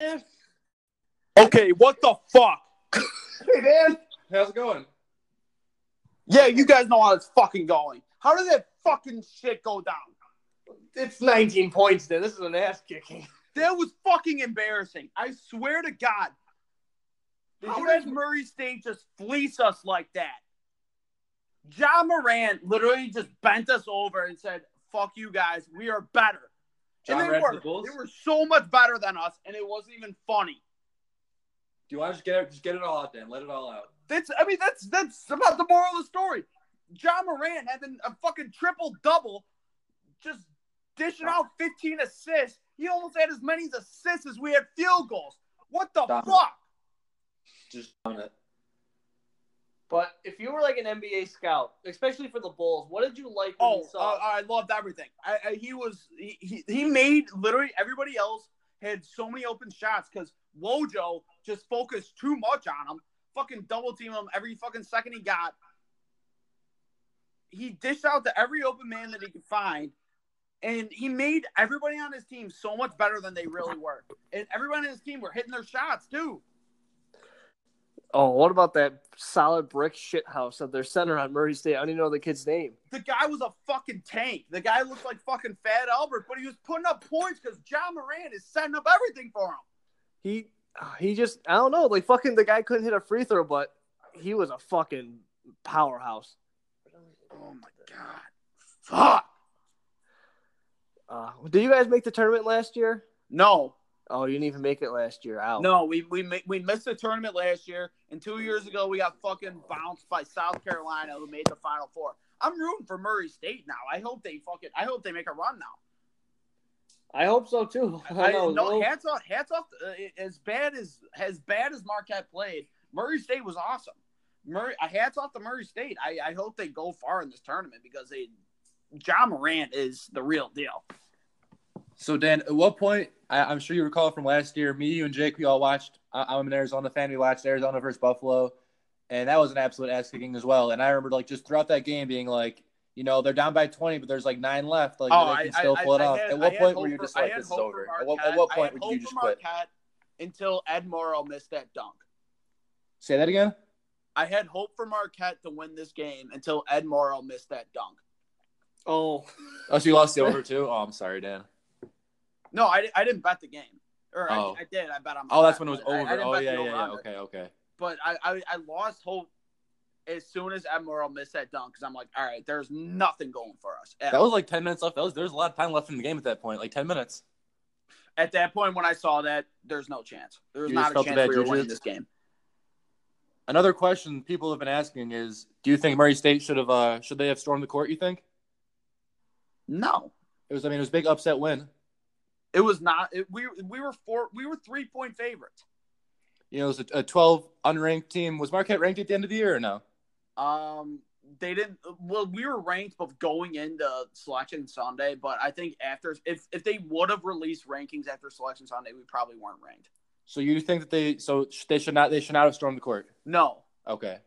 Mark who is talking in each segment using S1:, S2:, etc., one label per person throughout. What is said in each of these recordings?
S1: is.
S2: Okay, what the fuck?
S1: It is.
S3: How's it going?
S2: Yeah, you guys know how it's fucking going. How did that fucking shit go down?
S1: It's 19 points there. This is an ass kicking.
S2: That was fucking embarrassing. I swear to God.
S3: Did
S2: How
S3: you
S2: does
S3: guys,
S2: Murray State just fleece us like that? John Moran literally just bent us over and said, "Fuck you guys, we are better." and
S3: John
S2: they
S3: Moran for
S2: were.
S3: the Bulls?
S2: They were so much better than us, and it wasn't even funny.
S3: do you want to just get it, just get it all out then? Let it all out.
S2: That's. I mean, that's that's about the moral of the story. John Moran having a fucking triple double, just dishing out 15 assists. He almost had as many assists as we had field goals. What the
S3: Stop it.
S2: fuck?
S3: Just on it.
S4: But if you were like an NBA scout, especially for the Bulls, what did you like when
S2: Oh,
S4: you
S2: uh,
S4: saw?
S2: I loved everything. I, I, he was he, he he made literally everybody else had so many open shots because Wojo just focused too much on him. Fucking double team him every fucking second he got. He dished out to every open man that he could find, and he made everybody on his team so much better than they really were. And everyone on his team were hitting their shots too.
S4: oh, what about that solid brick shit house at their center on Murray State? I don't even know the kid's name.
S2: The guy was a fucking tank. The guy looked like fucking Fat Albert, but he was putting up points because John Moran is setting up everything for him.
S4: He he just I don't know. Like fucking the guy couldn't hit a free throw, but he was a fucking powerhouse.
S2: Oh my god. Fuck.
S4: Uh, did you guys make the tournament last year?
S2: No.
S4: Oh, you didn't even make it last year. Out.
S2: No, we we ma- we missed the tournament last year and 2 years ago we got fucking bounced by South Carolina who made the final four. I'm rooting for Murray State now. I hope they fucking I hope they make a run now.
S4: I hope so too.
S2: I,
S4: know,
S2: no
S4: little-
S2: hats off hats off uh, as bad as as bad as Marquette played. Murray State was awesome. Murray uh, hats off to Murray State. I I hope they go far in this tournament because they John Morant is the real deal.
S3: So Dan, at what point? I, I'm sure you recall from last year. Me, you, and Jake, we all watched. I, I'm an Arizona fan. We watched Arizona versus Buffalo, and that was an absolute ass kicking as well. And I remember like just throughout that game being like, you know, they're down by 20, but there's like nine left. Like
S2: Oh,
S3: they
S2: I,
S3: can still
S2: I,
S3: pull it
S2: I,
S3: off.
S2: I had,
S3: at
S2: I
S3: what
S2: had
S3: point
S2: hope
S3: were you
S2: for-
S3: just
S2: I
S3: like,
S2: had
S3: this is
S2: hope for
S3: over? At what, at
S2: Marquette.
S3: what
S2: I
S3: point
S2: had
S3: would
S2: hope
S3: you
S2: for
S3: just quit?
S2: Marquette Until Ed Morrow missed that dunk.
S3: Say that again.
S2: I had hope for Marquette to win this game until Ed Morrow missed that dunk.
S4: Oh,
S3: Oh, so you lost the over too? Oh, I'm sorry, Dan.
S2: No, I, I didn't bet the game. Or I-
S3: Oh.
S2: I, did. I bet on
S3: Oh, that's
S2: Marquette,
S3: when it was
S2: but I- I
S3: over.
S2: didn't
S3: oh,
S2: bet
S3: yeah,
S2: the
S3: yeah, yeah.
S2: over-under.
S3: Okay, okay.
S2: But I, I, I lost hope as soon as Ed Morrow missed that dunk because I'm like, all right, there's nothing going for us. At,
S3: That was like 10 minutes left. That was there's a lot of time left in the game at that point. Like 10 minutes.
S2: at that point, when I saw that, there's no chance. There's
S3: You just
S2: not a
S3: felt the
S2: chance
S3: bad
S2: we were winning
S3: juju?
S2: this game.
S3: Another question people have been asking is, do you think Murray State should have uh should they have stormed the court? You think
S2: No.
S3: it was? I mean, it was a big upset win.
S2: It was not. It, we we were four. We were three point favorites.
S3: You know, it was a, a 12 unranked team. Was Marquette ranked at the end of the year or no?
S2: Um, they didn't. Well, we were ranked, but going into selection Sunday. But I think after, if if they would have released rankings after selection Sunday, we probably weren't ranked.
S3: So you think that they so sh- they should not they should not have stormed the court?
S2: No,
S3: Okay.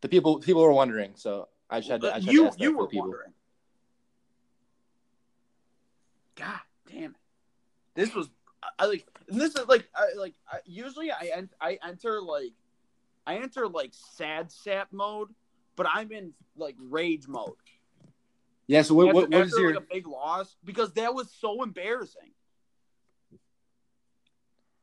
S3: The people people were wondering, so I just had to, I just had to
S2: you
S3: ask that
S2: you
S3: for
S2: were
S3: people.
S2: wondering. God damn it! This was I- I like. And this is like I like. I, usually, I en- I enter like, I enter like sad sap mode, but I'm in like rage mode.
S3: Yeah. So what,
S2: after,
S3: what, what is
S2: after,
S3: your
S2: like a big loss because that was so embarrassing.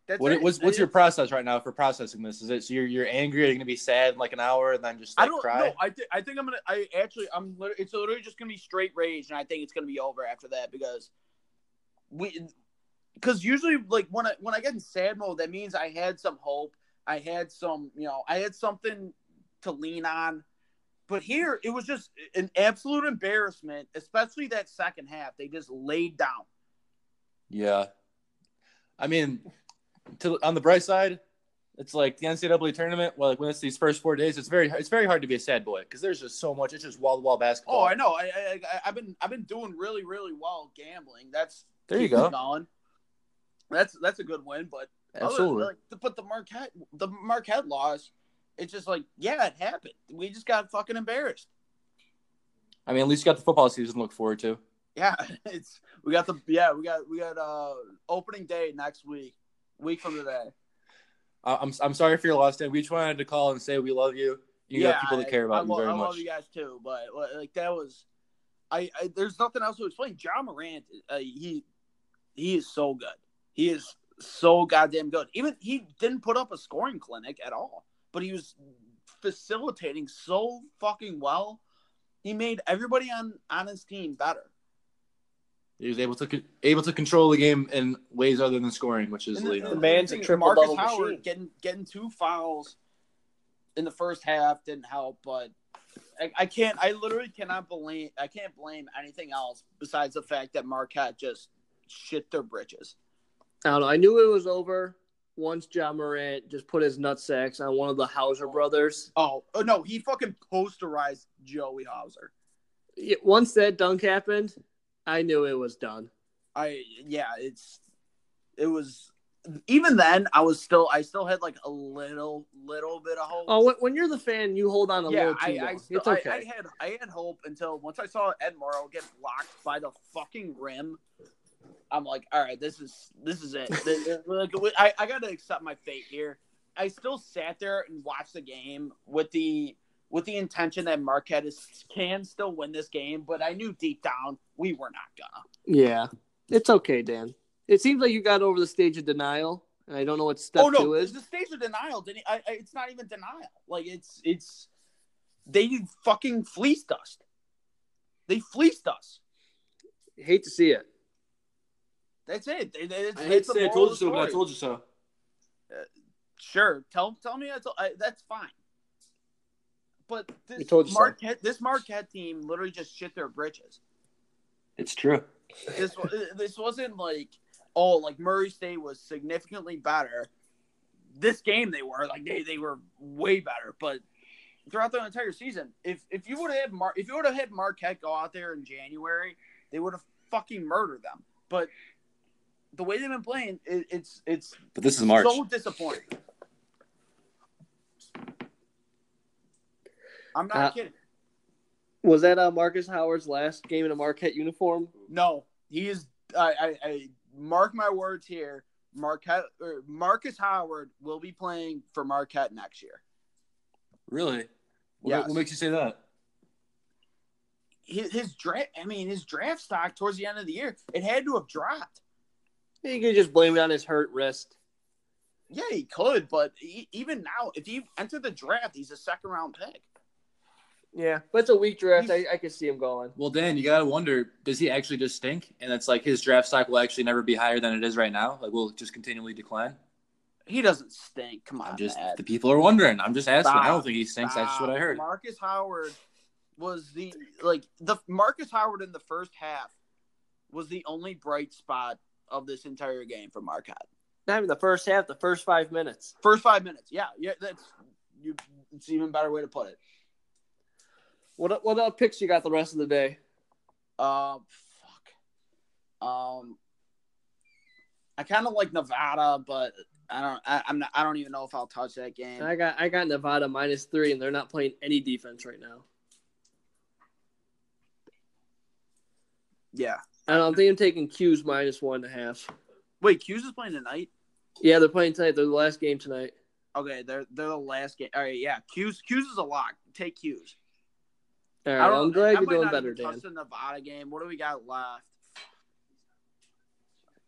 S2: That's
S3: What,
S2: it.
S3: what's, what's
S2: It-
S3: your process right now for processing this? Is it so you're you're angry? Are you gonna be sad in like an hour and then just
S2: I
S3: like
S2: don't
S3: cry?
S2: know. I think I think I'm gonna. I actually I'm. Literally, it's literally just gonna be straight rage, and I think it's gonna be over after that because we. Because usually, like when I when I get in sad mode, that means I had some hope. I had some, you know, I had something to lean on. But here, it was just an absolute embarrassment, especially that second half. They just laid down.
S3: Yeah, I mean, to, on the bright side, it's like the NCAA tournament. Well, like when it's these first four days, it's very it's very hard to be a sad boy because there's just so much. It's just wall to wall basketball.
S2: Oh, I know. I, I I- I've been I've been doing really really well gambling. That's
S3: There you
S2: keeps me
S3: go.
S2: Going. That's that's a good win, but other-
S3: Absolutely.
S2: like, the- but the Marquette the Marquette loss, it's just like yeah, it happened. We just got fucking embarrassed.
S3: I mean, at least you got the football season to look forward to.
S2: Yeah, it's we got the yeah we got we got uh opening day next week. Week from today.
S3: I- I'm I'm sorry for your loss, Dan. We just wanted to call and say we love you. You have people that
S2: I-
S3: care about
S2: I,
S3: you
S2: lo-
S3: very
S2: I
S3: much.
S2: love you guys too, but like that was, I, I there's nothing else to explain. John Morant, uh, he he is so good. He is so goddamn good. Even he didn't put up a scoring clinic at all, but he was facilitating so fucking well. He made everybody on on his team better.
S3: He was able to con- able to control the game in ways other than scoring, which is
S2: And
S3: you know,
S1: the man's a
S2: thing is
S1: triple-double
S2: Marcus Howard
S1: machine.
S2: getting getting two fouls in the first half didn't help, but I, I can't. I literally cannot blame. I can't blame anything else besides the fact that Marquette just shit their britches.
S4: I don't know. I knew it was over once John Morant just put his nutsacks on one of the Hauser brothers.
S2: Oh, oh no, he fucking posterized Joey Hauser.
S4: Yeah, Once that dunk happened, I knew it was done.
S2: I yeah, it's it was. Even then, I was still. I still had like a little, little bit of hope.
S4: Oh, when- when you're the fan, you hold on a
S2: yeah,
S4: little too
S2: I,
S4: long.
S2: I, still,
S4: it's okay.
S2: I, I had I had hope until once I saw Ed Morrow get blocked by the fucking rim. I'm like, all right, this is this is it. This- this- look, I, I gotta accept my fate here. I still sat there and watched the game with the with the intention that Marquette is, can still win this game, but I knew deep down we were not gonna.
S4: yeah, it's okay, Dan. It seems like you got over the stage of denial, and I don't know what step
S2: oh no,
S4: two
S2: it's
S4: is.
S2: the stage of denial. Didn't I, I, it's not even denial. Like it's it's they fucking fleeced us. They fleeced us.
S4: Hate to see it.
S2: That's it. It- It's,
S3: I hate
S2: it's
S3: to
S2: the
S3: say I
S2: moral
S3: told you
S2: of
S3: so,
S2: the
S3: but I
S2: story.
S3: told you so.
S2: Sure, tell tell me that's I, that's fine. But
S4: We
S2: this
S4: told you so.
S2: Marquette, this Marquette team literally just shit their britches.
S3: It's true.
S2: This wa- this wasn't like oh like Murray State was significantly better. This game they were like they, they were way better, but throughout the entire season, if if you would have had Mar- if you would have had Marquette go out there in January, they would have fucking murdered them. But the way they've been playing, it, it's it's
S3: But this is March.
S2: So disappointing. I'm not
S4: Uh,
S2: kidding.
S4: Was that uh, Marcus Howard's last game in a Marquette uniform?
S2: No, he is. I, I, I mark my words here. Marquette or Marcus Howard will be playing for Marquette next year.
S3: really? What,
S2: Yes.
S3: what makes you say that?
S2: His, his draft. I mean, his draft stock towards the end of the year, it had to have dropped.
S4: You could just blame it on his hurt wrist.
S2: Yeah, he could, but e even now, if he entered the draft, he's a second round pick.
S4: Yeah, but it's a weak draft. I,
S2: He's-
S4: I could see him going.
S3: Well, Dan, you gotta wonder: Does he actually just stink? And that's like his draft stock will actually never be higher than it is right now. Like will it just continually decline.
S2: He doesn't stink. Come on,
S3: I'm just
S2: Matt.
S3: the people are wondering. I'm just asking. I don't
S2: Stop.
S3: think he stinks. That's just what
S2: Wow.
S3: I heard.
S2: Marcus Howard was the like the Marcus Howard in the first half was the only bright spot of this entire game for Marquette.
S4: Not even the first half, the first five minutes.
S2: First five minutes, yeah, yeah, that's you. It's an even better way to put it.
S4: What what uh, picks you got the rest of the day?
S2: Um, fuck. Um, I kind of like Nevada, but I don't. I, I'm not. I don't even know if I'll touch that game.
S4: I got I got Nevada minus three, and they're not playing any defense right now.
S2: yeah.
S4: I don't know, I'm thinking of taking Q's minus one and a half.
S2: Wait, Hughes is playing tonight.
S4: Yeah, they're playing tonight. They're the last game tonight.
S2: Okay, they're they're the last game. All right, yeah. Hughes Hughes is a lock. Take Hughes.
S4: All
S2: I
S4: right,
S2: don't-
S4: I'm glad
S2: I
S4: you're
S2: might
S4: doing
S2: not
S4: better,
S2: even
S4: Dan.
S2: touch the Nevada game. What do we got left?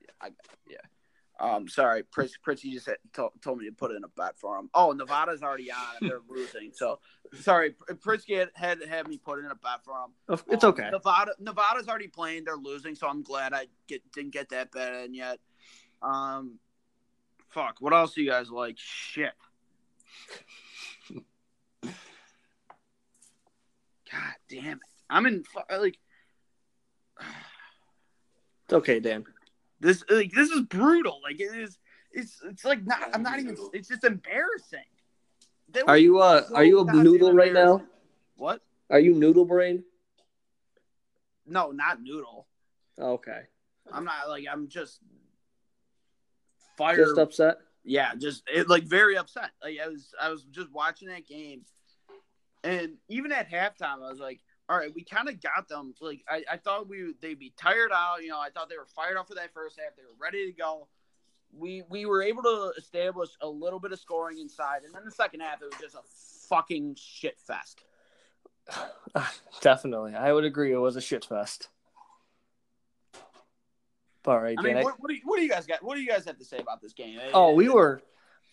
S2: Yeah, I, yeah. Um, sorry, Pritz, Pritzy just had, to, told me to put in a bet for him. Oh, Nevada's already on and they're losing. So, sorry, Pr- Pritzky had, had had me put in a bet for him.
S4: Of- It's
S2: Um,
S4: okay.
S2: Nevada Nevada's already playing. They're losing, so I'm glad I get didn't get that bet in yet. Um, fuck. What else do you guys like? Shit. God damn it! I'm in fu- like
S4: It's okay, Dan.
S2: this. Like this is brutal. Like it is. It's it's like not. I'm not even. It's just embarrassing. That
S4: Are
S2: was
S4: you uh
S2: so
S4: are you a
S2: goddamn
S4: noodle right now?
S2: embarrassing. What?
S4: Are you noodle brain?
S2: No, not noodle.
S4: Oh, Okay,
S2: I'm not like I'm just fired.
S4: just upset.
S2: yeah, just it, like very upset. Like I was, I was just watching that game, and even at halftime, I was like, "All right, we kind of got them." Like I, I thought we they'd be tired out. You know, I thought they were fired off for that first half. They were ready to go, we we were able to establish a little bit of scoring inside, and then the second half it was just a fucking shit fest.
S4: Definitely, I would agree. It was a shit fest. All right,
S2: I
S4: Dan.
S2: mean,
S4: I-
S2: what, what, do you, what do you guys got? What do you guys have to say about this game?
S4: oh, we were.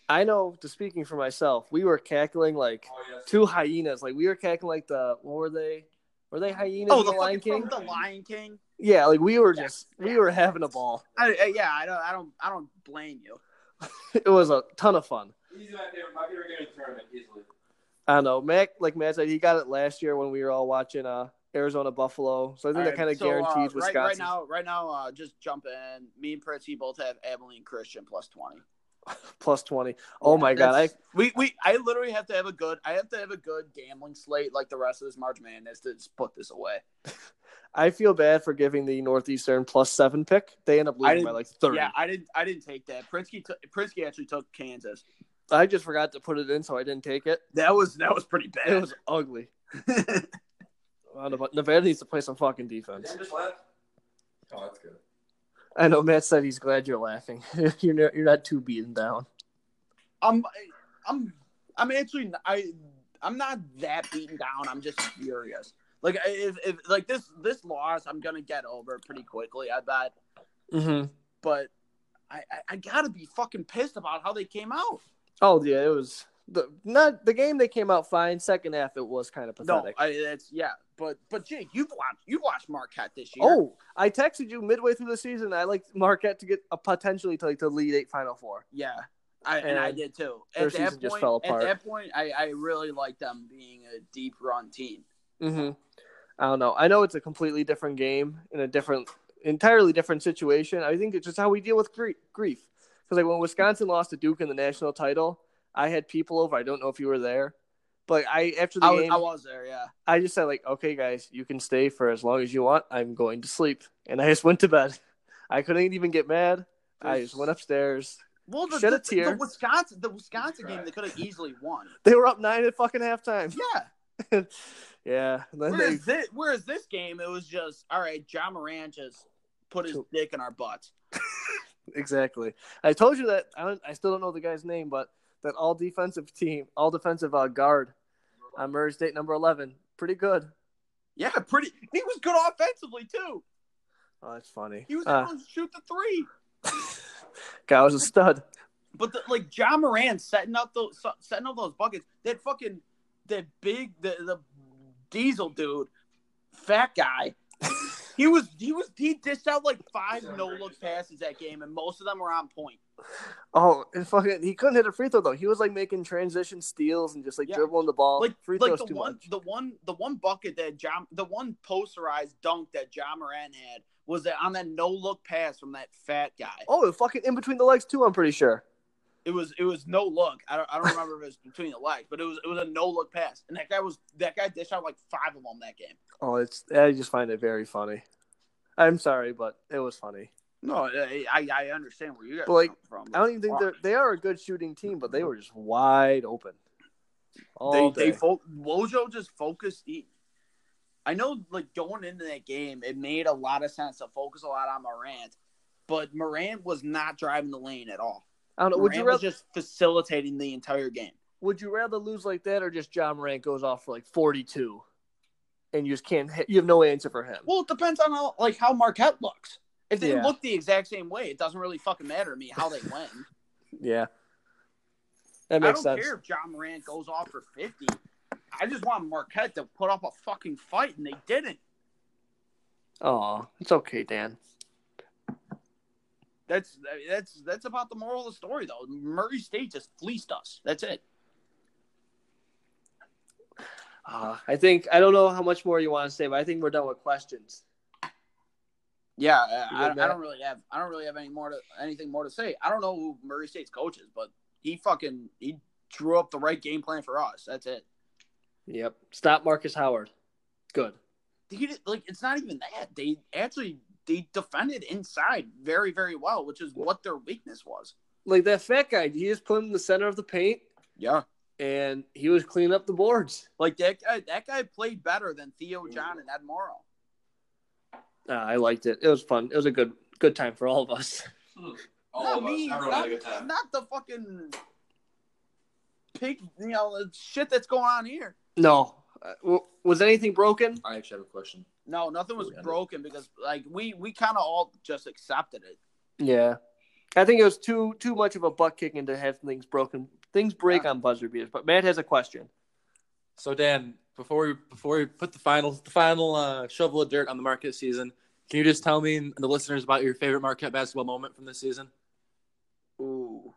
S4: I know. Just speaking for myself, we were cackling like
S3: Oh,
S4: two hyenas. Like we were cackling like the what were they? Were they hyenas?
S2: Oh,
S4: in
S2: the,
S4: the Lion King.
S2: The Lion King.
S4: Yeah, like we were
S2: Yeah.
S4: just we were having a ball.
S2: I, I- yeah, I don't, I don't, I don't blame you.
S4: It was a ton of fun.
S3: He's my favorite. My favorite game in the tournament easily.
S4: I don't know. Mac, like Matt said, he got it last year when we were all watching uh, Arizona Buffalo. So I think that kind of
S2: So, uh,
S4: guaranteed
S2: right-
S4: Wisconsin.
S2: Right, now, right now, uh, just jump in. Me and Pritzy both have Abilene Christian plus twenty.
S4: plus twenty. Oh my god! I
S2: That's- we we I literally have to have a good I have to have a good gambling slate like the rest of this March Madness to just put this away.
S4: I feel bad for giving the Northeastern plus seven pick. They end up
S2: I
S4: losing
S2: didn't-
S4: by like thirty.
S2: Yeah, I didn't I didn't take that. Prinsky took Prinsky actually took Kansas.
S4: I just forgot to put it in, so I didn't take it.
S2: That was that was pretty
S4: It
S2: bad.
S4: was ugly. Wow, Nev- Nevada needs to play some fucking defense.
S3: just left. Oh, that's good.
S4: I know Matt said he's glad you're laughing. you're not, you're not too beaten down.
S2: I'm I'm I'm actually I I'm not that beaten down. I'm just furious. Like I- if, if like this this loss, I'm gonna get over pretty quickly. I bet,
S4: Mm-hmm.
S2: but I, I I gotta be fucking pissed about how they came out.
S4: Oh yeah, it was the not the game. They came out fine. Second half, it was kind of
S2: No,
S4: pathetic.
S2: I, that's yeah. But but Jake, you've watched you've watched Marquette this year.
S4: Oh, I texted you midway through the season. I like Marquette to get a potentially to like the lead eight final four.
S2: yeah, I, and, I
S4: And
S2: did too.
S4: their
S2: At that
S4: season
S2: point,
S4: just fell apart.
S2: At that point, I, I really like them being a deep run team.
S4: Mm-hmm. I don't know. I know it's a completely different game in a different, entirely different situation. I think it's just how we deal with gr- grief. Because like when Wisconsin lost to Duke in the national title, I had people over. I don't know if you were there, but I after the
S2: I was,
S4: game,
S2: I was there, yeah.
S4: I just said like, okay, guys, you can stay for as long as you want. I'm going to sleep, and I just went to bed. I couldn't even get mad. I just went upstairs.
S2: Well, the,
S4: Shed
S2: the,
S4: a tear.
S2: the Wisconsin the Wisconsin game they could have easily won.
S4: They were up nine at fucking halftime.
S2: Yeah.
S4: yeah, and then they,
S2: Whereas this, whereas this game, it was just all right. John Moran just put his dick in our butts.
S4: exactly. I told you that. I, don't, I still don't know the guy's name, but that all defensive team, all defensive uh, guard on Murray State number eleven, pretty good.
S2: Yeah, pretty. He was good offensively too.
S4: Oh, that's funny.
S2: He was
S4: Uh,
S2: able to shoot the three.
S4: guy was a stud.
S2: But the, like John Moran setting up those so- setting up those buckets, that fucking that big the the diesel dude, fat guy. he was he was he dished out like five no look passes that game, and most of them were on point.
S4: Oh, and fucking, he couldn't hit a free throw though. He was like making transition steals and just like
S2: Yeah.
S4: dribbling the ball.
S2: Like
S4: free
S2: like
S4: throws
S2: the
S4: too
S2: one
S4: much.
S2: the one the one bucket that John the one posterized dunk that John Moran had was that on that no look pass from that fat guy.
S4: Oh, fucking in between the legs too. I'm pretty sure.
S2: It was it was no look. I don't I don't remember if it was between the legs, but it was it was a no look pass, and that guy was that guy dished out like five of them that game.
S4: Oh, it's I just find it very funny. I'm sorry, but it was funny.
S2: No, I I I understand where you guys
S4: But, like,
S2: are coming
S4: I
S2: from.
S4: don't even think they're they are a good shooting team, but they were just wide open.
S2: They
S4: All
S2: they
S4: day.
S2: fo- Wojo just focused. He, I know, like going into that game, it made a lot of sense to focus a lot on Morant, but Morant was not driving the lane at all.
S4: I don't know. Would
S2: Morant
S4: you
S2: was
S4: rather
S2: just facilitating the entire game.
S4: would you rather lose like that or just John Morant goes off for like 42, and you just can't hit, you have no answer for him.
S2: Well, it depends on how like how Marquette looks. If they
S4: Yeah.
S2: look the exact same way, it doesn't really fucking matter to me how they win.
S4: yeah, that
S2: I
S4: makes
S2: don't
S4: sense.
S2: care if John Morant goes off for fifty. I just want Marquette to put up a fucking fight, and they didn't.
S4: Oh, it's okay, Dan.
S2: That's that's that's about the moral of the story, though. Murray State just fleeced us. That's it.
S4: Uh, I think I don't know how much more you want to say, but I think we're done with questions.
S2: Yeah, I,
S4: You good,
S2: I, I
S4: Matt?
S2: don't really have I don't really have any more to anything more to say. I don't know who Murray State's coach is, but he fucking he drew up the right game plan for us. That's it.
S4: Yep. Stop Marcus Howard. Good.
S2: He did, like it's not even that they actually they defended inside very very well, which is what their weakness was.
S4: Like that fat guy, he just put him in the center of the paint
S2: Yeah,
S4: and he was cleaning up the boards.
S2: like that guy that guy played better than Theo John and Ed Morrow.
S4: Uh, I liked it. It was fun. It was a good good time for all of us.
S2: no,
S3: Oh,
S5: All of us.
S2: me,
S5: Everyone
S2: not,
S5: had a good time.
S2: not the fucking pig, you know, the shit that's going on here.
S4: No. Uh, w- was anything broken?
S3: I actually have a question.
S2: No, nothing was
S3: Totally under-
S2: broken because like we we kind of all just accepted it.
S4: Yeah. I think it was too too much of a butt kicking to have things broken. Things break on buzzer beaters. But Matt has a question.
S3: So Dan, before we before we put the final the final uh, shovel of dirt on the Marquette season, can you just tell me and the listeners about your favorite Marquette basketball moment from this season?
S2: Ooh.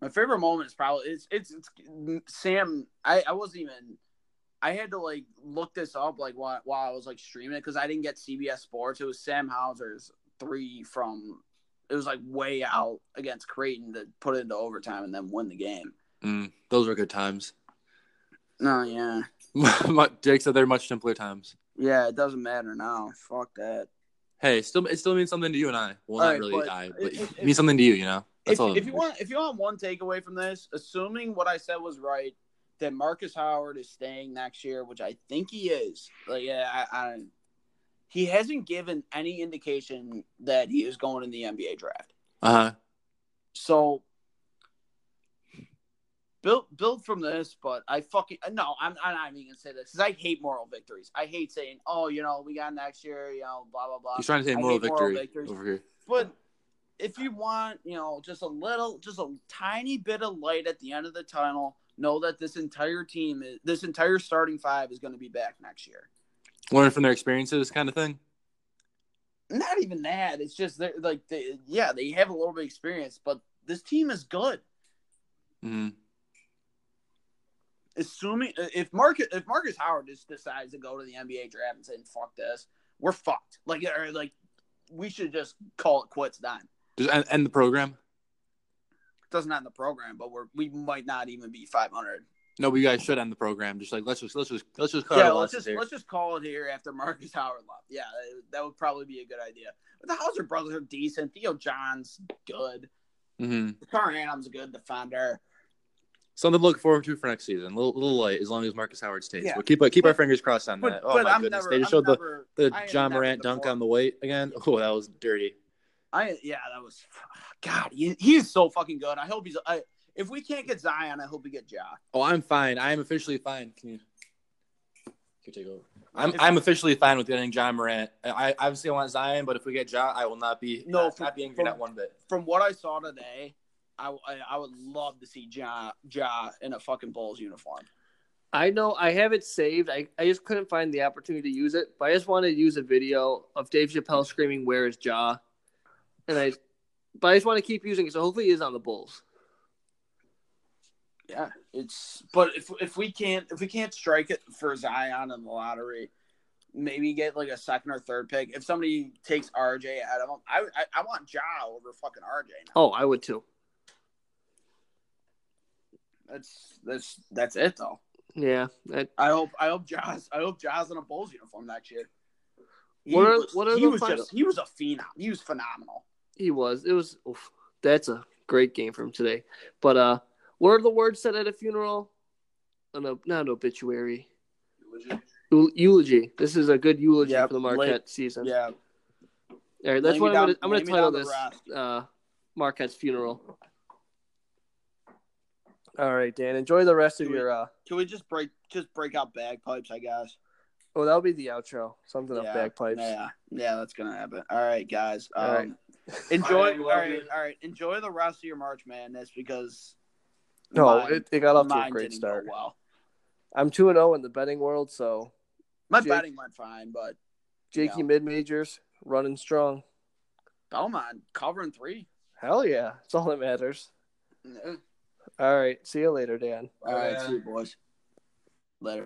S2: My favorite moment is probably it's it's, it's Sam. I I wasn't even. I had to like look this up like while while I was like streaming it because I didn't get CBS Sports. It was Sam Hauser's three from. It was like way out against Creighton to put it into overtime and then win the game.
S3: Mm, those were good times.
S2: No, yeah,
S3: Jake said they're much simpler times.
S2: yeah. It doesn't matter now. Fuck that.
S3: Hey, still it still means something to you and I. Well,
S2: All
S3: not
S2: right,
S3: really
S2: but
S3: I,
S2: if-
S3: but
S2: if-
S3: it means something to you, you know.
S2: if,
S3: That's all.
S2: if you want if you want one takeaway from this, assuming what I said was right, that Marcus Howard is staying next year, which I think he is. Like, yeah, I, I he hasn't given any indication that he is going in the NBA draft.
S3: Uh huh.
S2: So build build from this, but I fucking no, I'm, I'm not even gonna say this because I hate moral victories. I hate saying, oh, you know, we got next year, you know, blah blah blah.
S3: He's trying to say
S2: I
S3: moral
S2: hate moral
S3: victory
S2: victories.
S3: over here.
S2: But if you want, you know, just a little, just a tiny bit of light at the end of the tunnel, know that this entire team, is, this entire starting five is going to be back next year.
S3: Learn from their experiences, kind of thing.
S2: Not even that. It's just they're like, they, yeah, they have a little bit of experience, but this team is good.
S3: hmm
S2: Assuming uh, if Marcus if Marcus Howard just decides to go to the NBA draft and saying fuck this, we're fucked. Like, or like, we should just call it quits. Then
S3: Just end, end the program.
S2: doesn't end the program, but we're we might not even be five hundred.
S3: No, but you guys should end the program. Just like let's just let's just let's just cut
S2: Yeah,
S3: our
S2: let's
S3: losses
S2: just
S3: here.
S2: let's just call it here after Marcus Howard left. Yeah, that would probably be a good idea. But the Hauser brothers are decent. Theo John's good.
S3: hmm
S2: Car Adams a good defender.
S3: Something to look forward to for next season. A little, little light as long as Marcus Howard stays.
S2: Yeah.
S3: We'll keep keep our
S2: But-
S3: fingers crossed on
S2: But,
S3: that. Oh
S2: but
S3: my
S2: I'm
S3: goodness,
S2: never.
S3: they just
S2: I'm
S3: showed the
S2: never-
S3: the
S2: I am
S3: John
S2: never
S3: Morant dunk
S2: for-
S3: on the weight again. Oh, that was dirty.
S2: I yeah, that was God. He, he is so fucking good. I hope he's. I, if we can't get Zion, I hope we get Ja.
S3: Oh, I'm fine. I am officially fine. Can you, can you take over? I'm
S2: If-
S3: I'm officially fine with getting John Morant. I I obviously want Zion, but if we get John, I will not be
S2: No,
S3: not,
S2: for-
S3: not be angry
S2: for-
S3: not one bit.
S2: From what I saw today, I, I I would love to see Ja Ja in a fucking Bulls uniform.
S4: I know I have it saved. I, I just couldn't find the opportunity to use it, but I just wanted to use a video of Dave Chappelle screaming, Where is Ja? And I but I just want to keep using it, so hopefully he is on the Bulls.
S2: Yeah, it's but if if we can't if we can't strike it for Zion in the lottery, maybe get like a second or third pick. If somebody takes RJ out of him, I I, I want Ja over fucking RJ.
S4: Oh, I would too.
S2: Now. That's that's that's it though.
S4: Yeah. that-
S2: I hope I hope Ja's I hope Ja's in a Bulls uniform next year. He
S4: What are-
S2: was,
S4: what are
S2: he
S4: the
S2: was
S4: fin-
S2: just he was a phenom. He was phenomenal.
S4: he was. It was oof, that's a great game from today. But uh what are the words said at a funeral? An ob- not an obituary. Eul- Eulogy. This is a good eulogy
S2: Yep,
S4: for the Marquette
S2: late-
S4: season.
S2: Yeah,
S4: All right,
S2: Lay
S4: that's
S2: me
S4: what
S2: down-
S4: I'm gonna, I'm
S2: lay
S4: gonna
S2: me
S4: title
S2: down to
S4: this uh, Marquette's funeral. All right, Dan, enjoy the rest of
S2: Do it.
S4: your. Uh...
S2: can we just break just break out bagpipes? I guess.
S4: Oh, that'll be the outro. Something of bagpipes.
S2: Yeah, yeah, that's gonna happen. All right, guys. Um,
S4: All right.
S2: Enjoy.
S5: All right, we
S2: all
S5: love
S2: right,
S5: you.
S2: all right. Enjoy the rest of your March Madness because
S4: No,
S2: mine-
S4: it, it got off to a
S2: mine
S4: great
S2: didn't go
S4: start.
S2: Well,
S4: I'm two and zero in the betting world, so
S2: my
S4: Jake-
S2: batting went fine, but
S4: Jakey
S2: Yeah.
S4: mid majors running strong.
S2: Belmont covering three.
S4: Hell yeah, that's all that matters.
S2: All
S4: All right, see you later, Dan.
S2: right,
S5: yeah.
S2: see you boys.